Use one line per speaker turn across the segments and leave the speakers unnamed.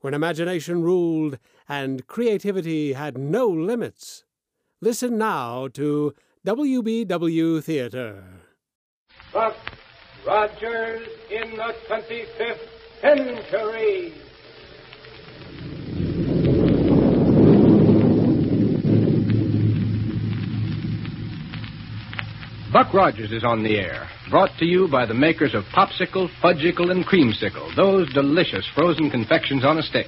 when imagination ruled and creativity had no limits. Listen now to WBW Theater.
Buck Rogers in the 25th century.
Buck Rogers is on the air, brought to you by the makers of Popsicle, Fudgicle, and Creamsicle, those delicious frozen confections on a stick.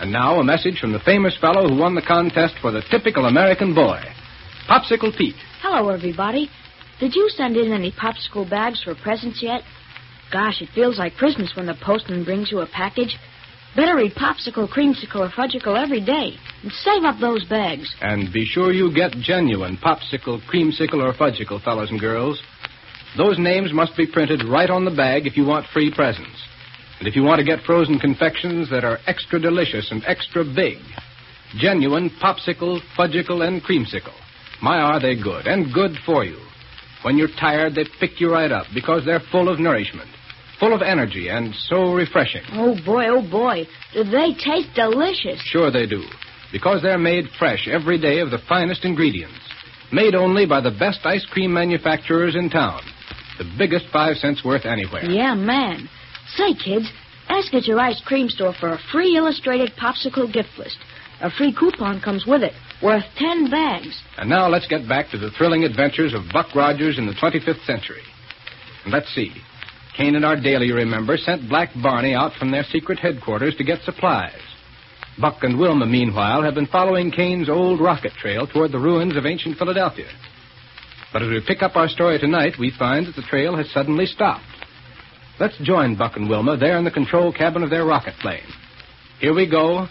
And now a message from the famous fellow who won the contest for the typical American boy, Popsicle Pete.
Hello, everybody. Did you send in any popsicle bags for presents yet? Gosh, it feels like Christmas when the postman brings you a package. Better eat popsicle, creamsicle, or fudgicle every day and save up those bags.
And be sure you get genuine Popsicle, Creamsicle, or Fudgicle, fellows and girls. Those names must be printed right on the bag if you want free presents. And if you want to get frozen confections that are extra delicious and extra big, genuine Popsicle, Fudgicle, and Creamsicle. My, are they good, and good for you. When you're tired, they pick you right up because they're full of nourishment, full of energy, and so refreshing.
Oh, boy, oh, boy. Do they taste delicious?
Sure they do. Because they're made fresh every day of the finest ingredients. Made only by the best ice cream manufacturers in town. The biggest five cents worth anywhere.
Yeah, man. Say, kids, ask at your ice cream store for a free illustrated popsicle gift list. A free coupon comes with it, worth ten bags.
And now let's get back to the thrilling adventures of Buck Rogers in the 25th century. And let's see. Kane and Ardalia, you remember, sent Black Barney out from their secret headquarters to get supplies. Buck and Wilma, meanwhile, have been following Kane's old rocket trail toward the ruins of ancient Philadelphia. But as we pick up our story tonight, we find that the trail has suddenly stopped. Let's join Buck and Wilma there in the control cabin of their rocket plane. Here we go,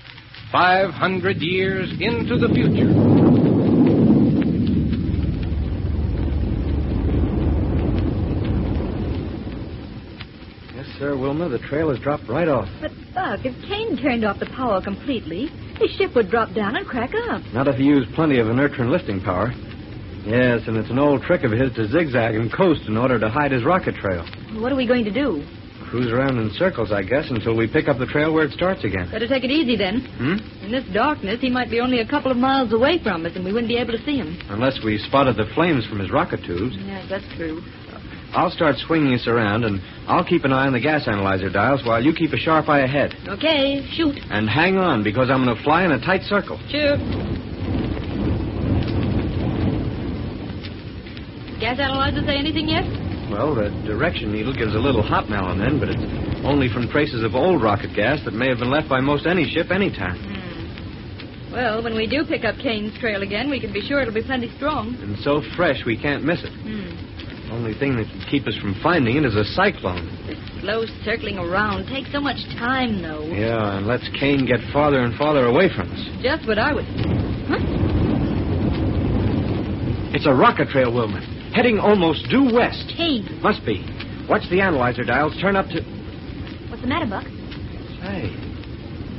500 years into the future.
Yes, sir, Wilma. The trail has dropped right off.
But, Buck, if Kane turned off the power completely, his ship would drop down and crack up.
Not if you use plenty of inertron lifting power. Yes, and it's an old trick of his to zigzag and coast in order to hide his rocket trail.
What are we going to do?
Cruise around in circles, I guess, until we pick up the trail where it starts again.
Better take it easy then.
Hmm?
In this darkness, he might be only a couple of miles away from us, and we wouldn't be able to see him.
Unless we spotted the flames from his rocket tubes.
Yes, that's true.
I'll start swinging us around, and I'll keep an eye on the gas analyzer dials while you keep a sharp eye ahead.
Okay, shoot.
And hang on, because I'm going to fly in a tight circle.
Sure. Gas analyzer say anything yet?
Well, the direction needle gives a little hop now and then, but it's only from traces of old rocket gas that may have been left by most any ship any time.
Well, when we do pick up Kane's trail again, we can be sure it'll be plenty strong.
And so fresh we can't miss it.
Hmm.
Only thing that can keep us from finding it is a cyclone.
This slow circling around takes so much time, though.
Yeah, and lets Kane get farther and farther away from us.
Just what I would. Huh?
It's a rocket trail, Wilman. Heading almost due west.
Kane,
Must be. Watch the analyzer dials turn up to.
what's the matter, Buck?
Say,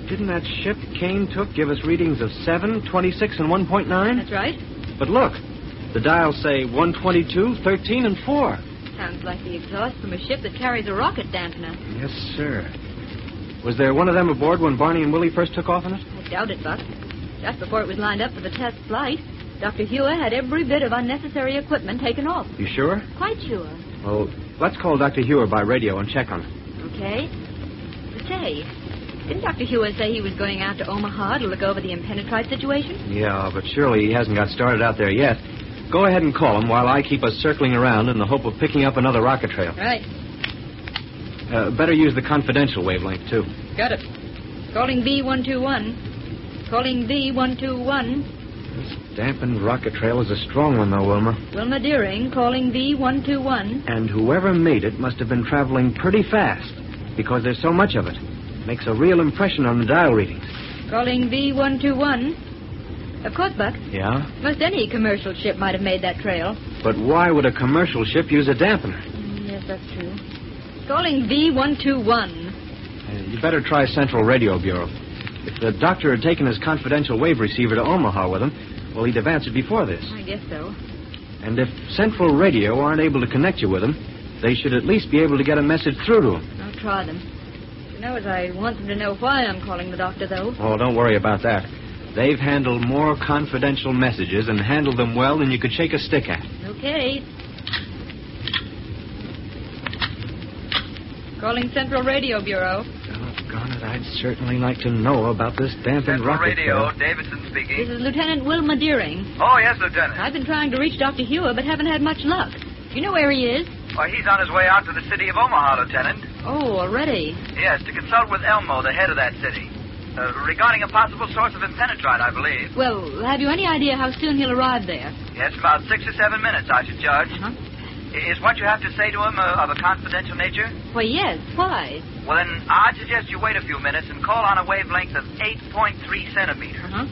didn't that ship Kane took give us readings of 7, 26, and 1.9?
That's right.
But look, the dials say 122, 13, and 4.
Sounds like the exhaust from a ship that carries a rocket dampener.
Yes, sir. Was there one of them aboard when Barney and Willie first took off in it?
I doubt it, Buck. Just before it was lined up for the test flight, Dr. Hewer had every bit of unnecessary equipment taken off.
You sure?
Quite sure.
Well, let's call Dr. Hewer by radio and check on him.
Okay. Say, didn't Dr. Hewer say he was going out to Omaha to look over the impenetrite situation?
Yeah, but surely he hasn't got started out there yet. Go ahead and call him while I keep us circling around in the hope of picking up another rocket trail.
Right.
Uh, better use the confidential wavelength, too.
Got it. Calling V121. Calling V121.
This dampened rocket trail is a strong one, though, Wilma.
Wilma Deering calling V121.
And whoever made it must have been traveling pretty fast because there's so much of it. Makes a real impression on the dial readings.
Calling V121. Of course, Buck.
Yeah?
Most any commercial ship might have made that trail.
But why would a commercial ship use a dampener?
Mm, Yes, that's true. Calling V121.
Uh, You better try Central Radio Bureau. If the doctor had taken his confidential wave receiver to Omaha with him, well, he'd have answered before this.
I guess so.
And if Central Radio aren't able to connect you with him, they should at least be able to get a message through to him.
I'll try them. You know, as I want them to know why I'm calling the doctor, though.
Oh, don't worry about that. They've handled more confidential messages and handled them well than you could shake a stick at.
Okay. Calling Central Radio Bureau.
Doggone it, I'd certainly like to know about this dampened
Central
rocket.
Radio,
trail.
Davidson
This
speaking.
is Lieutenant Wilma Deering.
Oh, yes, Lieutenant.
I've been trying to reach Dr. Hewer, but haven't had much luck. Do you know where he is?
Why, he's on his way out to the city of Omaha, Lieutenant.
Oh, already.
Yes, to consult with Elmo, the head of that city. Uh, regarding a possible source of impenetrite, I believe.
Well, have you any idea how soon he'll arrive there?
Yes, about six or seven minutes, I should judge.
Uh-huh.
I- Is what you have to say to him uh, of a confidential nature?
Why, yes. Why?
Well, then, I'd suggest you wait a few minutes and call on a wavelength of 8.3 centimeters.
Uh-huh.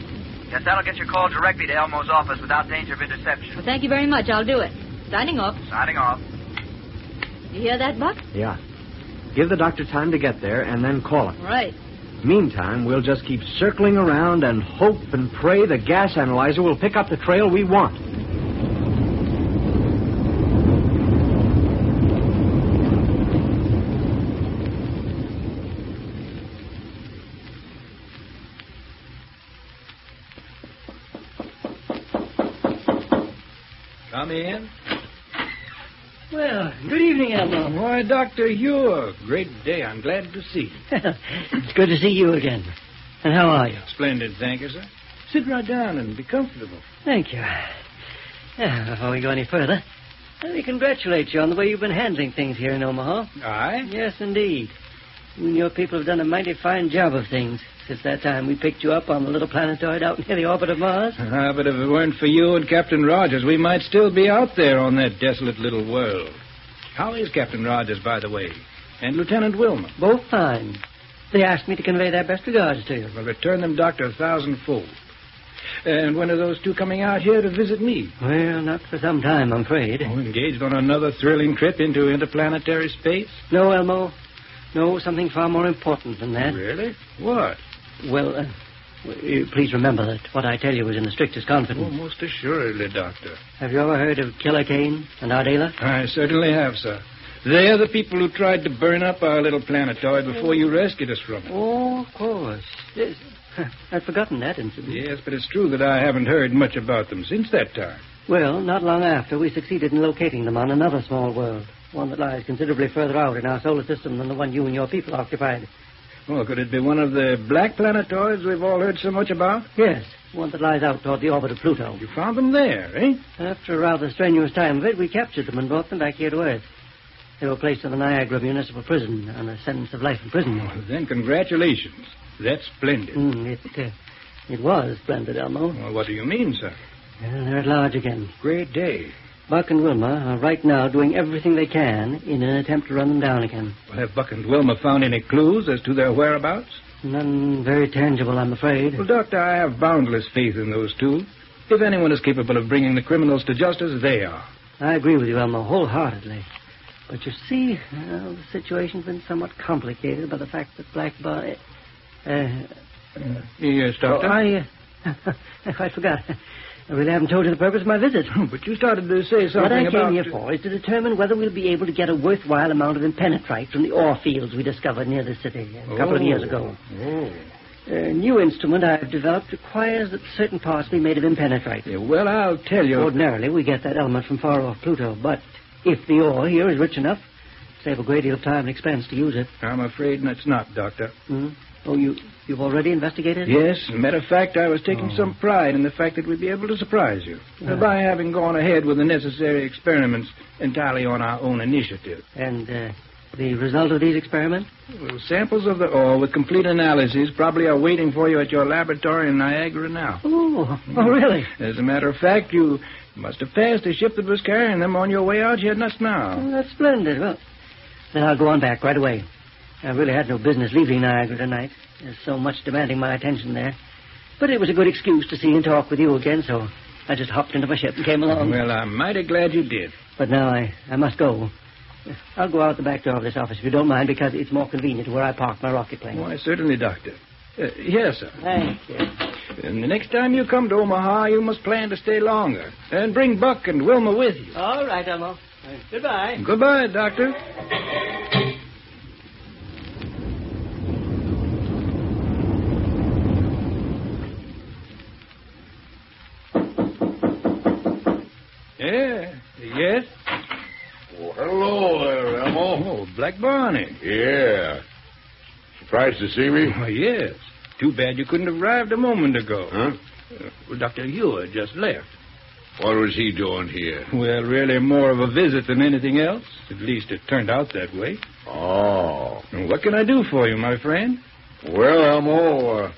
Yes, that'll get your call directly to Elmo's office without danger of interception.
Well, thank you very much. I'll do it. Signing off.
Signing off.
You hear that, Buck?
Yeah. Give the doctor time to get there and then call him.
Right.
Meantime, we'll just keep circling around and hope and pray the gas analyzer will pick up the trail we want.
Come in.
Well, good evening, Admiral.
Why, Dr. Ewer, great day. I'm glad to see you.
it's good to see you again. And how are you?
Splendid, thank you, sir. Sit right down and be comfortable.
Thank you. Yeah, before we go any further, let me congratulate you on the way you've been handling things here in Omaha.
I?
Yes, indeed. You and your people have done a mighty fine job of things since that time we picked you up on the little planetoid out near the orbit of Mars.
Ah, but if it weren't for you and Captain Rogers, we might still be out there on that desolate little world. How is Captain Rogers, by the way? And Lieutenant Wilmer?
Both fine. They asked me to convey their best regards to you.
Well, return them, Doctor, a thousandfold. And when are those two coming out here to visit me?
Well, not for some time, I'm afraid.
Oh, engaged on another thrilling trip into interplanetary space?
No, Elmo. No, something far more important than that.
Really? What?
Well, uh, w- uh, please remember that what I tell you is in the strictest
Oh,
confidence.
most assuredly, Doctor.
Have you ever heard of Killer Kane and Ardela?
I certainly have, sir. They're the people who tried to burn up our little planetoid before you rescued us from it.
Oh, of course. Yes. I'd forgotten that incident.
Yes, but it's true that I haven't heard much about them since that time.
Well, not long after, we succeeded in locating them on another small world, one that lies considerably further out in our solar system than the one you and your people occupied.
Well, Oh, could it be one of the black planetoids we've all heard so much about?
Yes, one that lies out toward the orbit of Pluto.
You found them there, eh?
After a rather strenuous time of it, we captured them and brought them back here to Earth. They were placed in the Niagara Municipal Prison on a sentence of life imprisonment.
Well, then, congratulations. That's splendid.
Mm, it, uh, it was splendid, Elmo.
Well, what do you mean, sir?
Well, they're at large again.
Great day.
Buck and Wilma are right now doing everything they can in an attempt to run them down again.
Well, have Buck and Wilma found any clues as to their whereabouts?
None very tangible, I'm afraid.
Well, Doctor, I have boundless faith in those two. If anyone is capable of bringing the criminals to justice, they are.
I agree with you, Elmo, wholeheartedly. But you see, well, the situation's been somewhat complicated by the fact that Black Bar. Uh,
Yes,
oh,
Doctor.
I. Uh, I quite forgot. I really haven't told you the purpose of my visit.
But you started to say something
What I
about...
came here for is to determine whether we'll be able to get a worthwhile amount of impenetrite from the ore fields we discovered near the city a couple of
Oh.
years ago.
Oh.
A new instrument I've developed requires that certain parts be made of impenetrite.
Yeah, well, I'll tell you.
Ordinarily, we get that element from far off Pluto, but if the ore here is rich enough, save a great deal of time and expense to use it.
I'm afraid that's not, Doctor.
Hmm? Oh, you, you've already investigated?
Yes, matter of fact, I was taking some pride in the fact that we'd be able to surprise you uh, by having gone ahead with the necessary experiments entirely on our own initiative.
And uh, the result of these experiments?
Well, samples of the ore with complete analyses probably are waiting for you at your laboratory in Niagara now.
Oh, oh really?
As a matter of fact, you must have passed the ship that was carrying them on your way out here just now.
Oh, that's splendid. Well, then I'll go on back right away. I really had no business leaving Niagara tonight. There's so much demanding my attention there. But it was a good excuse to see and talk with you again, so I just hopped into my ship and came along.
Well, I'm mighty glad you did.
But now I, I must go. I'll go out the back door of this office if you don't mind, because it's more convenient where I park my rocket plane.
Why, certainly, Doctor. Uh, yes, sir.
Thank you.
And the next time you come to Omaha, you must plan to stay longer. And bring Buck and Wilma with you.
All right, Elmo. Goodbye.
Goodbye, Doctor. Yeah. Yes?
Well, hello there, Elmo.
Oh, Black Barney.
Yeah. Surprised to see me?
Oh, yes. Too bad you couldn't have arrived a moment ago.
Huh?
Uh, Well, Dr. Ewer just left.
What was he doing here?
Well, really more of a visit than anything else. At least it turned out that way.
Oh.
And What can I do for you, my friend?
Well, Elmo, uh,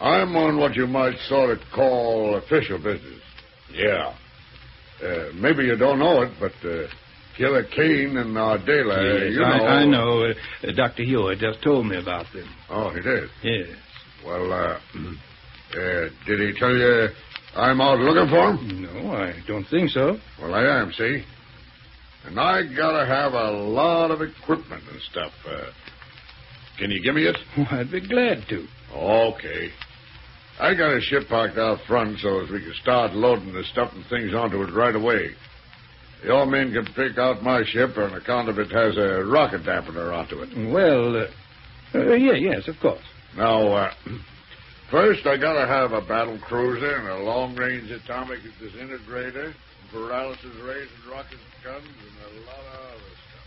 I'm on what you might sort of call official business. Yeah. Uh, maybe you don't know it, but uh, Killer Kane and our Dela,
yes,
you know.
I, I know. Uh, uh, Dr. Hewitt just told me about them.
Oh, he did.
Yes.
Well, uh, uh, did he tell you I'm out looking for him?
No, I don't think so.
Well, I am, see? And I gotta have a lot of equipment and stuff. Uh, can you give me it?
I'd be glad to.
Okay. I got a ship parked out front so as we can start loading the stuff and things onto it right away. Your men can pick out my ship on account of it has a rocket dampener onto it.
Well, uh, uh, yeah, yes, of course.
Now, uh, first I gotta have a battle cruiser and a long-range atomic disintegrator, paralysis rays and rocket guns, and a lot of other stuff.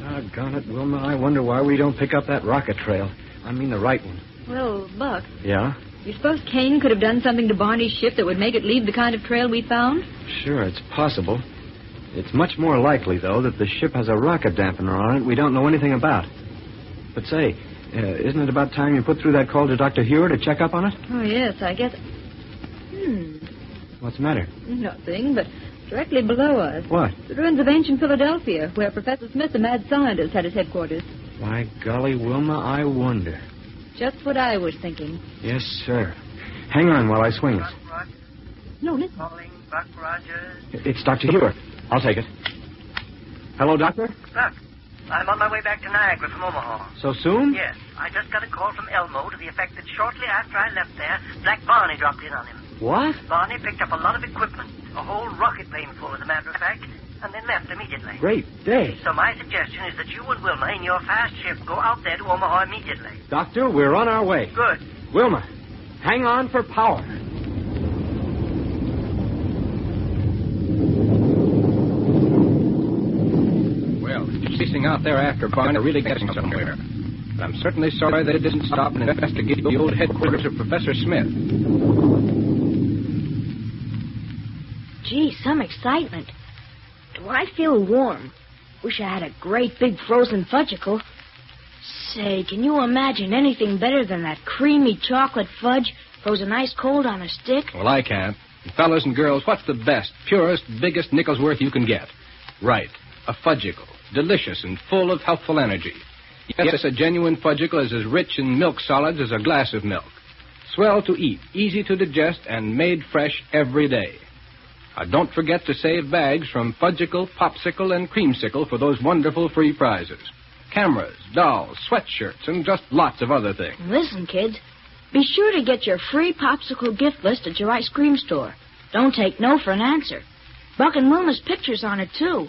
Doggone it, Wilma. I wonder why we don't pick up that rocket trail. I mean the right one.
Well, Buck,
Yeah?
you suppose Kane could have done something to Barney's ship that would make it leave the kind of trail we found?
Sure, it's possible. It's much more likely, though, that the ship has a rocket dampener on it we don't know anything about. But say, uh, isn't it about time you put through that call to Dr. Hewer to check up on it?
Oh, yes, I guess. Hmm,
What's the matter?
nothing, but directly below us.
What?
The ruins of ancient Philadelphia, where Professor Smith, the mad scientist, had his headquarters.
Why, golly, Wilma, I wonder.
Just what I was thinking.
Yes, sir. Hang on while I swing it.
Buck Rogers,
No, listen.
calling Buck Rogers.
It's Dr. Hewer. I'll take it. Hello, Doctor?
Buck, I'm on my way back to Niagara from Omaha.
So soon?
Yes, I just got a call from Elmo to the effect that shortly after I left there, Black Barney dropped in on him.
What?
Barney picked up a lot of equipment, a whole rocket plane full, as a matter of fact, and then left immediately.
Great day.
So my suggestion is that you and Wilma, in your fast ship, go out there to Omaha immediately.
Doctor, we're on our way.
Good.
Wilma, hang on for power.
Well, chasing out there after Barney really getting somewhere. And I'm certainly sorry that it didn't stop and investigate the old headquarters of Professor Smith.
Gee, some excitement. Do I feel warm? Wish I had a great big frozen fudgicle. Say, can you imagine anything better than that creamy chocolate fudge frozen ice cold on a stick?
Well, I can't. And fellas and girls, what's the best, purest, biggest nickel's worth you can get? Right. A fudgicle. Delicious and full of healthful energy. Yes, a genuine fudgicle is as rich in milk solids as a glass of milk. Swell to eat, easy to digest, and made fresh every day. Now, don't forget to save bags from fudgicle, popsicle, and creamsicle for those wonderful free prizes. Cameras, dolls, sweatshirts, and just lots of other things.
Listen, kids, be sure to get your free popsicle gift list at your ice cream store. Don't take no for an answer. Buck and Wilma's picture's on it, too.